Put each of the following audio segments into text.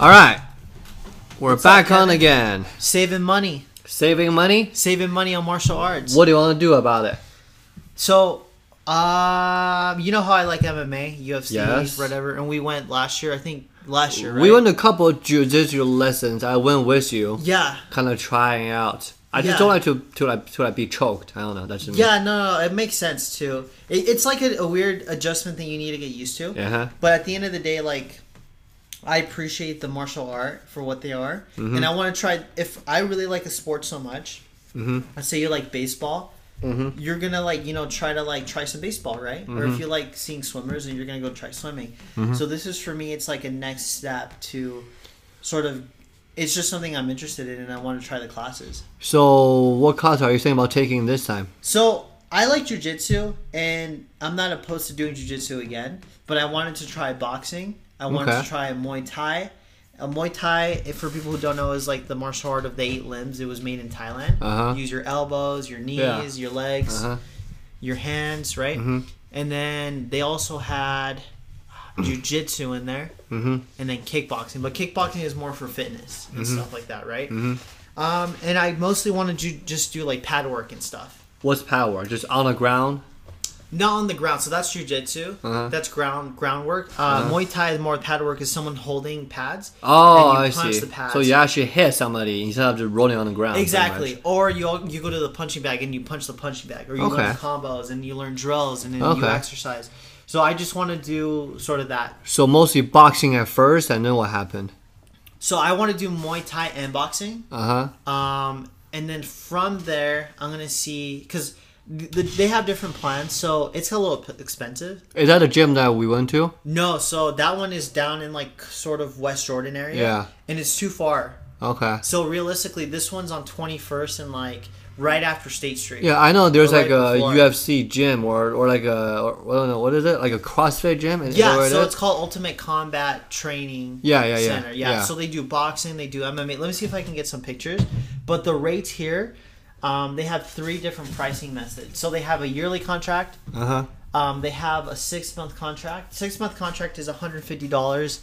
All right, we're up, back on Kevin? again. Saving money, Saving money. saving money on martial arts. What do you want to do about it? So, um, you know how I like MMA, UFC, Yes. whatever, and we went last year. I think last year, right? We went to a couple of jujitsu lessons. I went with you, Yeah, kind of trying out. I Yeah. just don't like to to like to like be choked. I don't know. That's just me. yeah. No, no, it makes sense too. It, it's like a, a weird adjustment thing you need to get used to. Uh-huh. But at the end of the day, like, I appreciate the martial art for what they are, and I want to try. If I really like a sport so much, mm-hmm. let's say you like baseball, you're gonna like you know try to like try some baseball, right? Or if you like seeing swimmers, and you're gonna go try swimming. So this is for me. It's like a next step to sort of. It's just something I'm interested in, and I want to try the classes. So, what class are you thinking about taking this time? So I like jujitsu, and I'm not opposed to doing jujitsu again. But I wanted to try boxing. I wanted Okay. to try Muay Thai. A Muay Thai, if for people who don't know, is like the martial art of the eight limbs. It was made in Thailand. Uh-huh. Use your elbows, your knees, Yeah. your legs, Uh-huh. Mm-hmm. your hands, right? And then they also had Mm-hmm. jujitsu in there, and then kickboxing. But kickboxing is more for fitness and Mm-hmm. stuff like that, right? Um, and I mostly wanted to just do like pad work and stuff. What's power? Just on the ground. Not on the ground, so that's jujitsu. Uh-huh. That's ground groundwork. Uh, Muay Thai is more pad work. Is someone holding pads? Oh, and you I punch see. The pads. So you actually hit somebody instead of just rolling on the ground. pretty exactly. much. Or you all- you go to the punching bag and you punch the punching bag, or you Okay. learn combos and you learn drills and then you Okay. exercise. So I just want to do sort of that. So mostly boxing at first, and then what happened? So I want to do Muay Thai and boxing. Uh huh. Um, and then from there, I'm gonna see because they have different plans, so it's a little p- expensive. Is that the gym that we went to? No, so that one is down in like sort of West Jordan area. Yeah. And it's too far. Okay. So realistically, this one's on 21st and like right after State Street. Yeah, I know. There's Right like a before. UFC gym or, or like a or, I don't know what is it like a CrossFit gym. Is that Yeah, where it so is? it's called Ultimate Combat Training Yeah, yeah, yeah, Center. Yeah, yeah. so they do boxing, they do MMA. Let me see if I can get some pictures. But the rates here, um, they have three different pricing methods. So they have a yearly contract, uh-huh. um, they have a six month contract. Six month contract is $150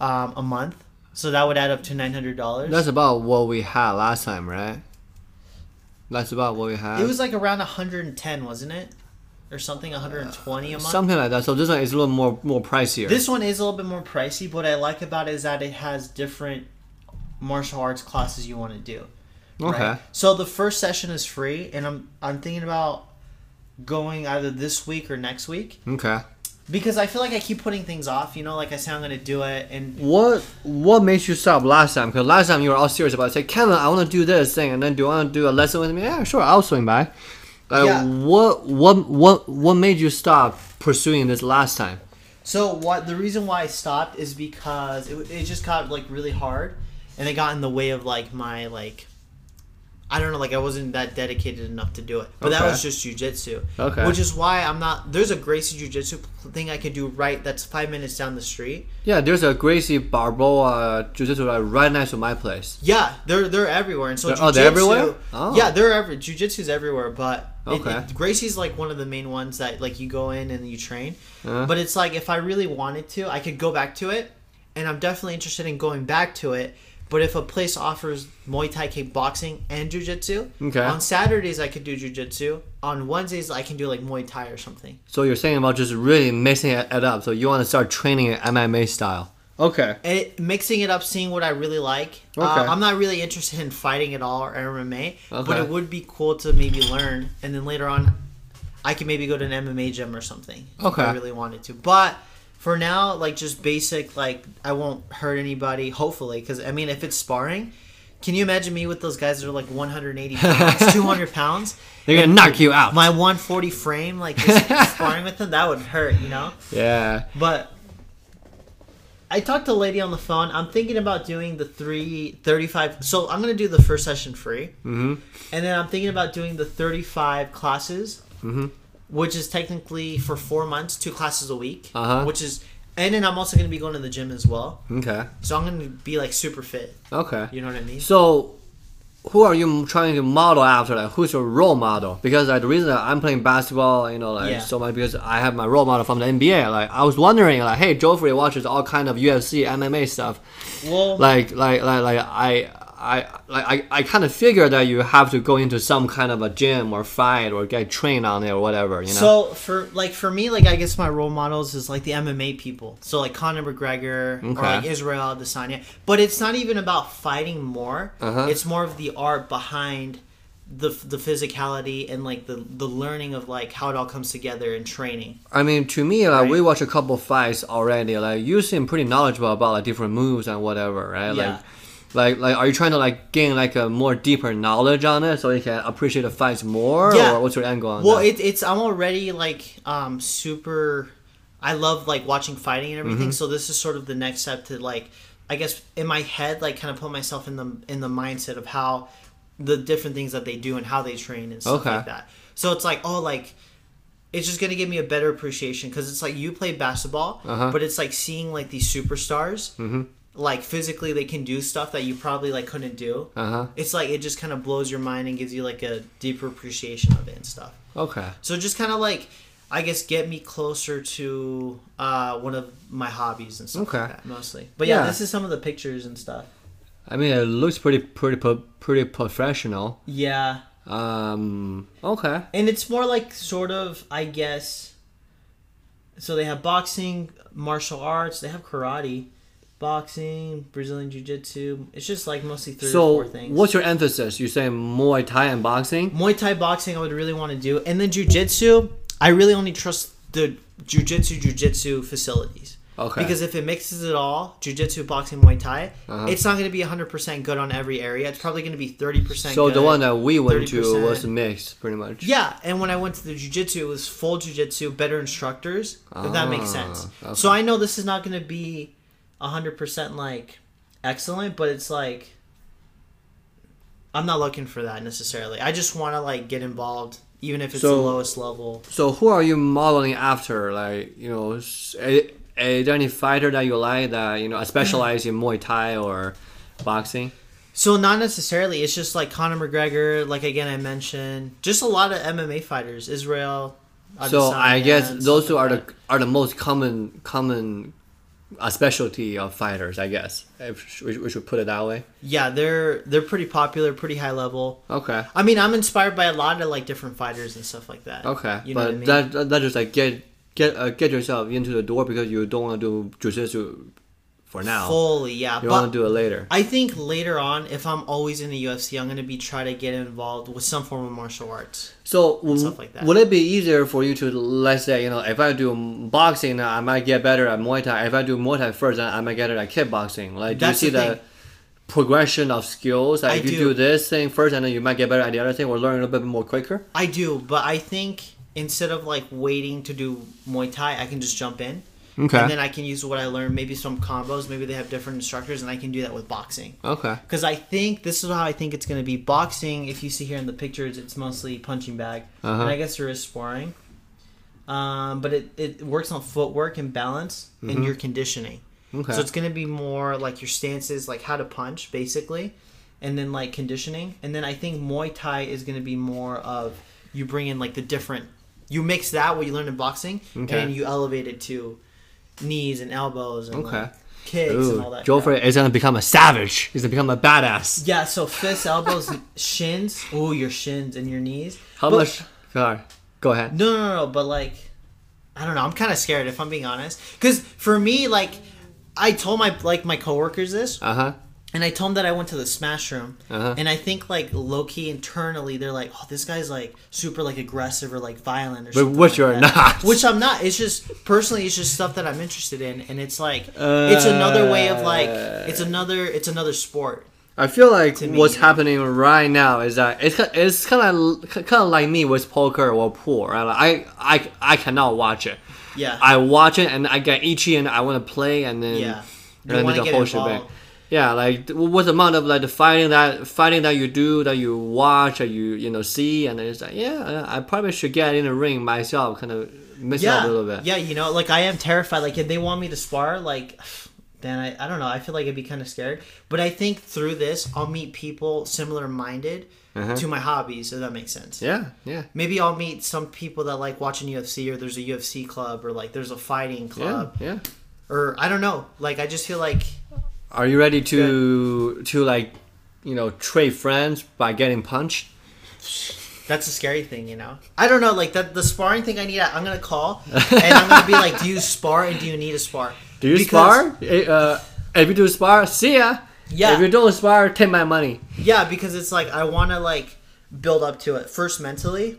um, a month. So that would add up to $900. That's about what we had last time, right? That's about what we had. It was like around 110, wasn't it? Or something, 120 a month. something like that. So this one is a little more more pricier. This one is a little bit more pricey. but What I like about it is that it has different martial arts classes you want to do. okay. right? So the first session is free, and I'm I'm thinking about going either this week or next week Okay. because I feel like I keep putting things off. You know, like I say I'm gonna do it, and What what made you stop last time? Because last time you were all serious about it. Say, Kevin, I want to do this thing, and then do you want to do a lesson with me? Yeah, sure, I'll swing by. Like, Yeah. What what what what made you stop pursuing this last time? So what the reason why I stopped is because it, it just got like really hard, and it got in the way of like my like. I don't know, like I wasn't that dedicated enough to do it, but that Okay. was just jujitsu. Okay. Which is why I'm not. There's a Gracie jujitsu thing I could do right. That's five minutes down the street. Yeah, there's a Gracie Barboa Jiu-Jitsu like, right next to my place. Yeah, they're they're everywhere, and so They're- oh, they're jujitsu- everywhere? Oh. Yeah, they're every jujitsu's everywhere, but it- Okay. it- Gracie's like one of the main ones that like you go in and you train. Uh. But it's like if I really wanted to, I could go back to it, and I'm definitely interested in going back to it. But if a place offers Muay Thai kickboxing and jujitsu, Okay. on Saturdays I could do jujitsu. On Wednesdays I can do like Muay Thai or something. So you're saying about just really mixing it it up. So you want to start training in MMA style. Okay. it, mixing it up, seeing what I really like. Uh, Okay. I'm not really interested in fighting at all or MMA, but Okay. it would be cool to maybe learn, and then later on, I can maybe go to an MMA gym or something. Okay. if I really wanted to, but for now, like just basic, like I won't hurt anybody. Hopefully, because I mean, if it's sparring. Can you imagine me with those guys that are like 180 pounds, 200 pounds? They're gonna knock you out. My 140 frame, like just sparring with them, that would hurt, you know? yeah. But I talked to a lady on the phone. I'm thinking about doing the three thirty-five. So I'm going to do the first session free. Mm-hmm. And then I'm thinking about doing the 35 classes, Mm-hmm. which is technically for four months, two classes a week. Uh-huh. Which is, and then I'm also going to be going to the gym as well. Okay. So I'm going to be like super fit. Okay. You know what I mean? So who are you trying to model after? Like, who's your role model? Because like the reason that I'm playing basketball, you know, like Yeah. so much because I have my role model from the NBA. Like, I was wondering, like, hey, Joffrey watches all kind of UFC, MMA stuff. Well, Like, like, like, like I. I like I, I kind of figured that you have to go into some kind of a gym or fight or get trained on it or whatever you know. So for like for me, like I guess my role models is like the MMA people. So like Conor McGregor or Okay. like Israel Adesanya. But it's not even about fighting more. Uh-huh. It's more of the art behind the the physicality and like the the learning of like how it all comes together in training. I mean, to me, like we Right. watched a couple fights already. Like you seem pretty knowledgeable about like different moves and whatever, right? Yeah. Like, like, like, are you trying to like gain like a more deeper knowledge on it so you can appreciate the fights more? Yeah. Or what's your angle on Well, that? it, it's I'm already like um super. I love like watching fighting and Mm-hmm. everything. So this is sort of the next step to like, I guess in my head, like kind of put myself in the in the mindset of how the different things that they do and how they train and stuff Okay. like that. So it's like oh like. It's just gonna give me a better appreciation because it's like you play basketball, Uh-huh. but it's like seeing like these superstars, Mm-hmm. like physically they can do stuff that you probably like couldn't do. Uh-huh. It's like it just kind of blows your mind and gives you like a deeper appreciation of it and stuff. okay. So just kind of like, I guess, get me closer to uh, one of my hobbies and stuff like Okay. that, mostly. But yeah, Yeah. this is some of the pictures and stuff. I mean, it looks pretty, pretty, pro- pretty professional. Yeah, Um. Okay. and it's more like sort of, I guess. So they have boxing, martial arts. They have karate, boxing, Brazilian jiu-jitsu. It's just like mostly three or So, four things. what's your emphasis? You say Muay Thai and boxing. Muay Thai boxing I would really want to do, and then jujitsu. I really only trust the jujitsu jujitsu facilities. Okay. Because if it mixes it all, jujitsu, boxing, Muay Thai, Uh-huh. it's not going to be 100% good on every area. It's probably going to be 30%. So the good. one that we went to 30%. was mixed, pretty much. Yeah, and when I went to the jujitsu, it was full jujitsu, better instructors, if that makes sense. Ah, okay. So I know this is not going to be 100% like excellent, but it's like I'm not looking for that necessarily. I just want to like get involved, even if it's the So- lowest level. So who are you modeling after? Like you know, s- a- is there any fighter that you like that you know specialize in Muay Thai or boxing? So not necessarily. It's just like Conor McGregor, like again I mentioned, just a lot of MMA fighters, Israel. so I Adesanya, guess and those stuff two like are that. the are the most common common uh, specialty of fighters, I guess. If we, we should put it that way. yeah they're they're pretty popular, pretty high level. Okay. I mean, I'm inspired by a lot of like different fighters and stuff like that. Okay. you know but what I mean. that that- that just like get get uh, get yourself into the door because you don't want to do jujitsu for now. Fully, yeah. you but want to do it later. I think later on, if I'm always in the UFC, I'm gonna be trying to get involved with some form of martial arts. So stuff like that. would it be easier for you to let's say you know if I do boxing I might get better at Muay Thai. If I do Muay Thai first, I might get better at kickboxing. Like do That's you see the the, thing. progression of skills? Like I if you do. do this thing first, and then you might get better at the other thing, or learn a little bit more quicker. I do, but I think instead of like waiting to do Muay Thai, I can just jump in. Okay. And then I can use what I learned, maybe some combos, maybe they have different instructors, and I can do that with boxing. Okay. Because I think this is how I think it's going to be. Boxing, if you see here in the pictures, it's mostly punching bag. Uh-huh. And I guess there is sparring. Um, but it, it works on footwork and balance Mm-hmm. and your conditioning. Okay. So it's going to be more like your stances, like how to punch, basically, and then like conditioning. And then I think Muay Thai is going to be more of you bring in like the different, you mix that what you learn in boxing Okay. and you elevate it to knees and elbows and Okay. like, kicks and all Ooh, that. crap. Joffrey is gonna become a savage. He's gonna become a badass. Yeah, so fists, elbows, shins. Oh, your shins and your knees. How But- much? Sorry. Go ahead. No, no, no, no. But like, I don't know. I'm kind of scared if I'm being honest. Because for me, like, I told my like my coworkers this, Uh huh. and I told them that I went to the smash room, Uh-huh. and I think like low key internally they're like, oh, this guy's like super like aggressive or like violent or But something. which like you're that. not. Which I'm not. It's just personally, it's just stuff that I'm interested in, and it's like it's another way of like it's Uh, another it's another sport. I feel like me, what's yeah. happening right now is that it's ki- it's kind of kind of like me with poker or pool. Right? Like, I I I cannot watch it. Yeah. I watch it and I get itchy and I want to play and then Yeah. You and then wanna the get whole involved. shebang. Yeah, like th- what's the amount of like the fighting that fighting that you do that you watch that you you know see and then it's like yeah I I probably should get in the ring myself kind of mix it yeah, up a little bit. Yeah, you know, like I am terrified. Like if they want me to spar, like then I, I don't know. I feel like I'd be kind of scared. But I think through this, I'll meet people similar minded Uh-huh. to my hobbies, if that makes sense. Yeah, yeah. Maybe I'll meet some people that like watching UFC or there's a UFC club or like there's a fighting Yeah, club yeah. or I don't know. Like I just feel like Are you ready to to like, you know, trade friends by getting punched? that's a scary thing, you know. I don't know, like that the sparring thing I need I'm going to call and I'm going to be like, "Do you spar and do you need a spar?" Do you Because- spar? Eh, Uh, if you do spar, see ya. Yeah. If you don't spar, take my money. Yeah, because it's like I want to like build up to it first mentally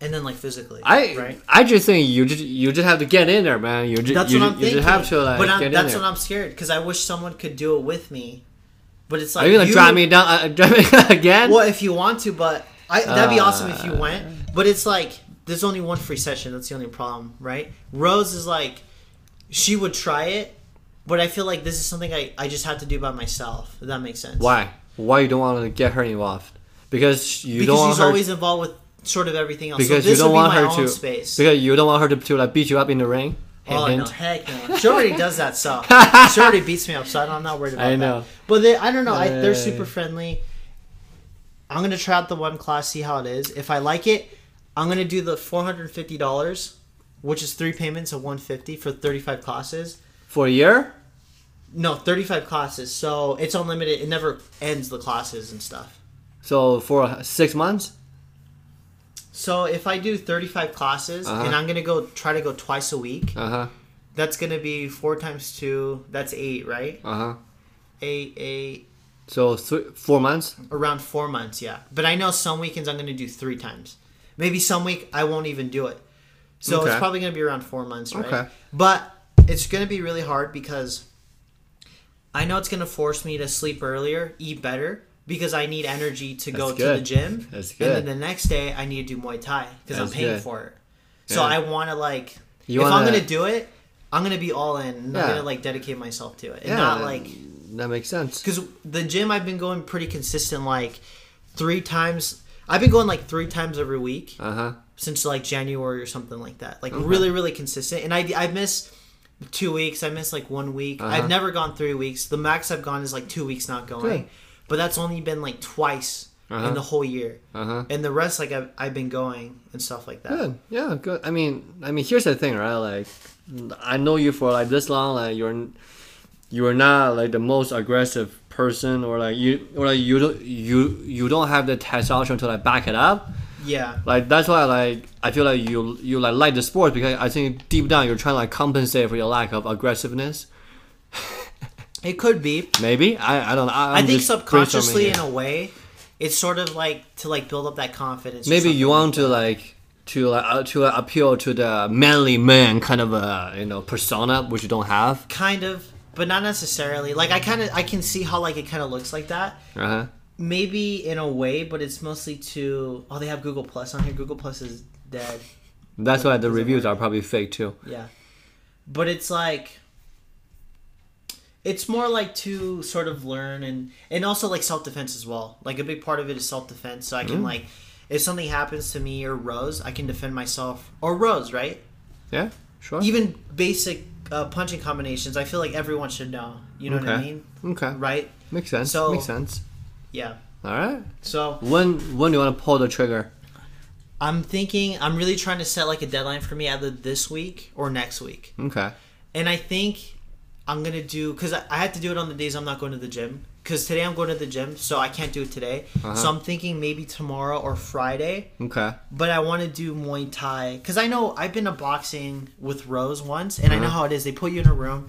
and then like physically, I right? I just think you just you just have to get in there, man. You just That's you, what I'm you thinking. just have to like but I'm, get that's in what there. I'm scared because I wish someone could do it with me. But it's like Are you gonna drive me down? Uh, drive me again? Well, if you want to, but I, that'd be awesome if you Uh. went. But it's like there's only one free session. That's the only problem, right? Rose is like she would try it, but I feel like this is something I I just have to do by myself. If that makes sense. Why? Why you don't want to get her involved? Because you Because don't want she's her. always involved with sort of everything else. because so you this don't want would be my her own to. space. Because you don't want her to, to like beat you up in the ring. Oh Hint, no, hint. heck no! She already does that stuff. She already beats me up, so I'm not worried about I that. know. But they, I don't know. I, Yeah. they're super friendly. I'm gonna try out the one class, see how it is. If I like it, I'm gonna do the four hundred and fifty dollars, which is three payments of one fifty for thirty five classes. For a year? No, thirty five classes. So it's unlimited. It never ends the classes and stuff. So for six months? So if I do thirty five classes Uh-huh. and I'm gonna go try to go twice a week, Uh huh. that's gonna be four times two. That's eight, right? Uh huh. Eight, eight. So thr- four months? around four months yeah but i know some weekends i'm going to do three times maybe some week i won't even do it so Okay. it's probably going to be around four months right Okay. but it's going to be really hard because i know it's going to force me to sleep earlier eat better because i need energy to go That's to the good. gym That's and then good. the next day i need to do muay thai because i'm That's paying good. for it so Yeah. i want to like You if i'm wanna- going to do it i'm going to be all in and i'm Yeah. going to like dedicate myself to it and not like That makes sense. because the gym I've been going pretty consistent, like three times. I've been going like three times every week Uh huh. since like January or something like that. Like really, really consistent. And I I miss two weeks. I miss like one week. I've never gone three weeks. The max I've gone is like two weeks not going. Uh-huh. Good. But that's only been like twice in the whole year. Uh huh. And the rest like I've, I've been going and stuff like that. Good. Yeah. Good. I mean, I mean, here's the thing, right? Like, I know you for like this long. Like, you're you are not like the most aggressive person, or like you, or like you don't you you don't have the testosterone to like back it up. Yeah. Like that's why like I feel like you you like like the sport because I think deep down you're trying to like compensate for your lack of aggressiveness. It could be. Maybe I I don't know. I, i I'm think just brainstorming subconsciously here. in a way, it's sort of like to like build up that confidence. or maybe something. you want to like to like uh, to uh, appeal to the manly man kind of uh, you know persona which you don't have. kind of but not necessarily like i kind of i can see how like it kind of looks like that Uh huh. maybe in a way but it's mostly to oh they have google plus on here google plus is dead That's why the reviews are probably fake too. yeah but it's like it's more like to sort of learn and and also like self-defense as well like a big part of it is self-defense so i can like if something happens to me or rose i can defend myself or rose right Yeah, sure. even basic uh, punching combinations i feel like everyone should know you know what i Okay. mean okay, right makes sense. So- makes sense. yeah All right. so When when do you want to pull the trigger? I'm thinking I'm really trying to set like a deadline for me either this week or next week. Okay. And I think I'm gonna do because I, I have to do it on the days I'm not going to the gym. Because today I'm going to the gym, so I can't do it today. So I'm thinking maybe tomorrow or Friday. Okay. But I want to do Muay Thai because I know I've been to boxing with Rose once, and I know how it is. They put you in a room.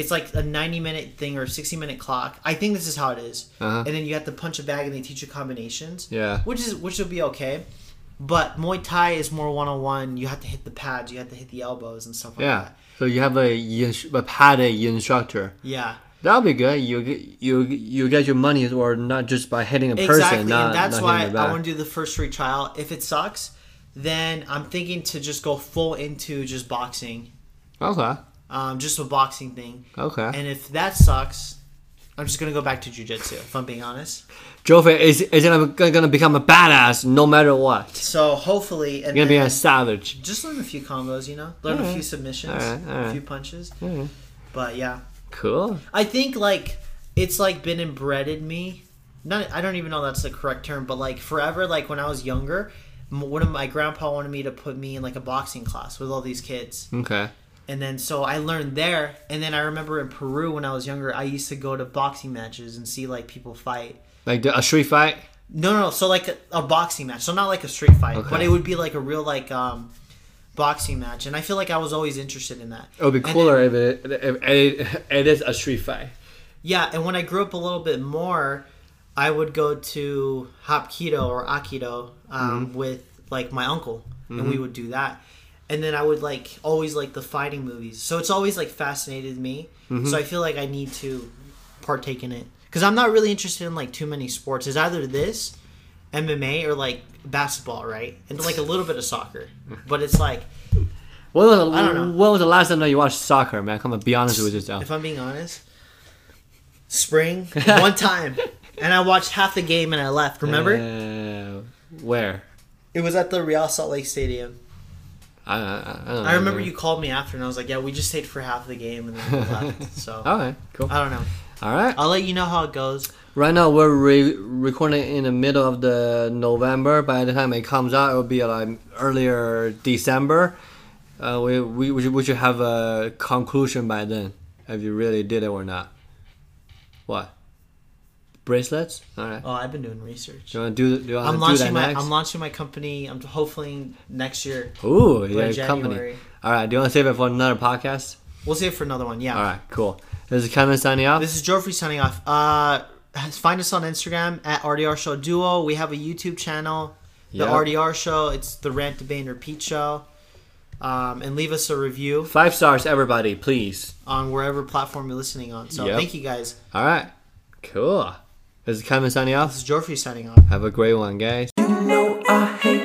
It's like a 90 minute thing or 60 minute clock. I think this is how it is. Uh-huh. And then you have to punch a bag and they teach you combinations Yeah. which is which will be okay. But Muay Thai is more one on one. You have to hit the pads, you have to hit the elbows and stuff like Yeah. that. So you have a ins- a padded instructor. Yeah, That'll be good. You get- you you get your money's worth not just by hitting a person. exactly. Not, and that's not why hitting the back. I want to do the first free trial. If it sucks, then I'm thinking to just go full into just boxing, Okay. um, just a boxing thing. Okay. And if that sucks, I'm just gonna go back to jujitsu. If I'm being honest. Joffrey is is gonna gonna become a badass no matter what. So hopefully, and He's gonna be then a savage. just learn a few combos. You know, learn a Alright. few submissions, Alright, alright. a few punches. Alright. But yeah, Cool. I think like it's like been inbred in me. Not, I don't even know that's the correct term, but like forever, like when I was younger, m- one of my grandpa wanted me to put me in like a boxing class with all these kids, Okay. and then so I learned there. And then I remember in Peru when I was younger, I used to go to boxing matches and see like people fight. Like the, a street fight. No, no, no. So like a, a boxing match. So not like a street fight, Okay. but it would be like a real like um boxing match. And I feel like I was always interested in that. It would be And cooler if it, if it it is a street fight. Yeah, and when I grew up a little bit more, I would go to Hapkido or Akido um, with like my uncle, and we would do that. And then I would like always like the fighting movies, so it's always like fascinated me. So I feel like I need to partake in it because I'm not really interested in like too many sports. It's either this, MMA, or like basketball, right? And like a little bit of soccer, but it's like When was, the, I don't know. when was the last time that you watched soccer, man? Come on, be honest with yourself. if I'm being honest, spring one time, and I watched half the game and I left. Remember? Uh, where? It was at the Real Salt Lake Stadium. I, I, I don't know. I remember you called me after, and I was like, "Yeah, we just stayed for half the game and then we left." So All right, cool. I don't know. All right. I'll let you know how it goes. Right now we're re- recording in the middle of the November. By the time it comes out, it will be like earlier December. Uh, we, we, we, should, we should have a conclusion by then if you really did it or not. What? Bracelets? All right. Oh, I've been doing research. Do you want to do, do, you wanna I'm do that launching my next? I'm launching my company. I'm hopefully next year. Ooh, Oh, by yeah, company. January. All right. Do you want to save it for another podcast? We'll save it for another one. Yeah. All right, cool. This is Kevin signing off. This is Joffrey signing off. Uh, find us on Instagram at RDR Show Duo. We have a YouTube channel, the Yep. RDR Show. It's the Rant Debate and Repeat Show. Um, and leave us a review Five stars, everybody, please. on wherever platform you're listening on. So Yep. thank you guys. All right, cool. This is Kevin signing off. This is Joffrey signing off. Have a great one, guys. You know I hate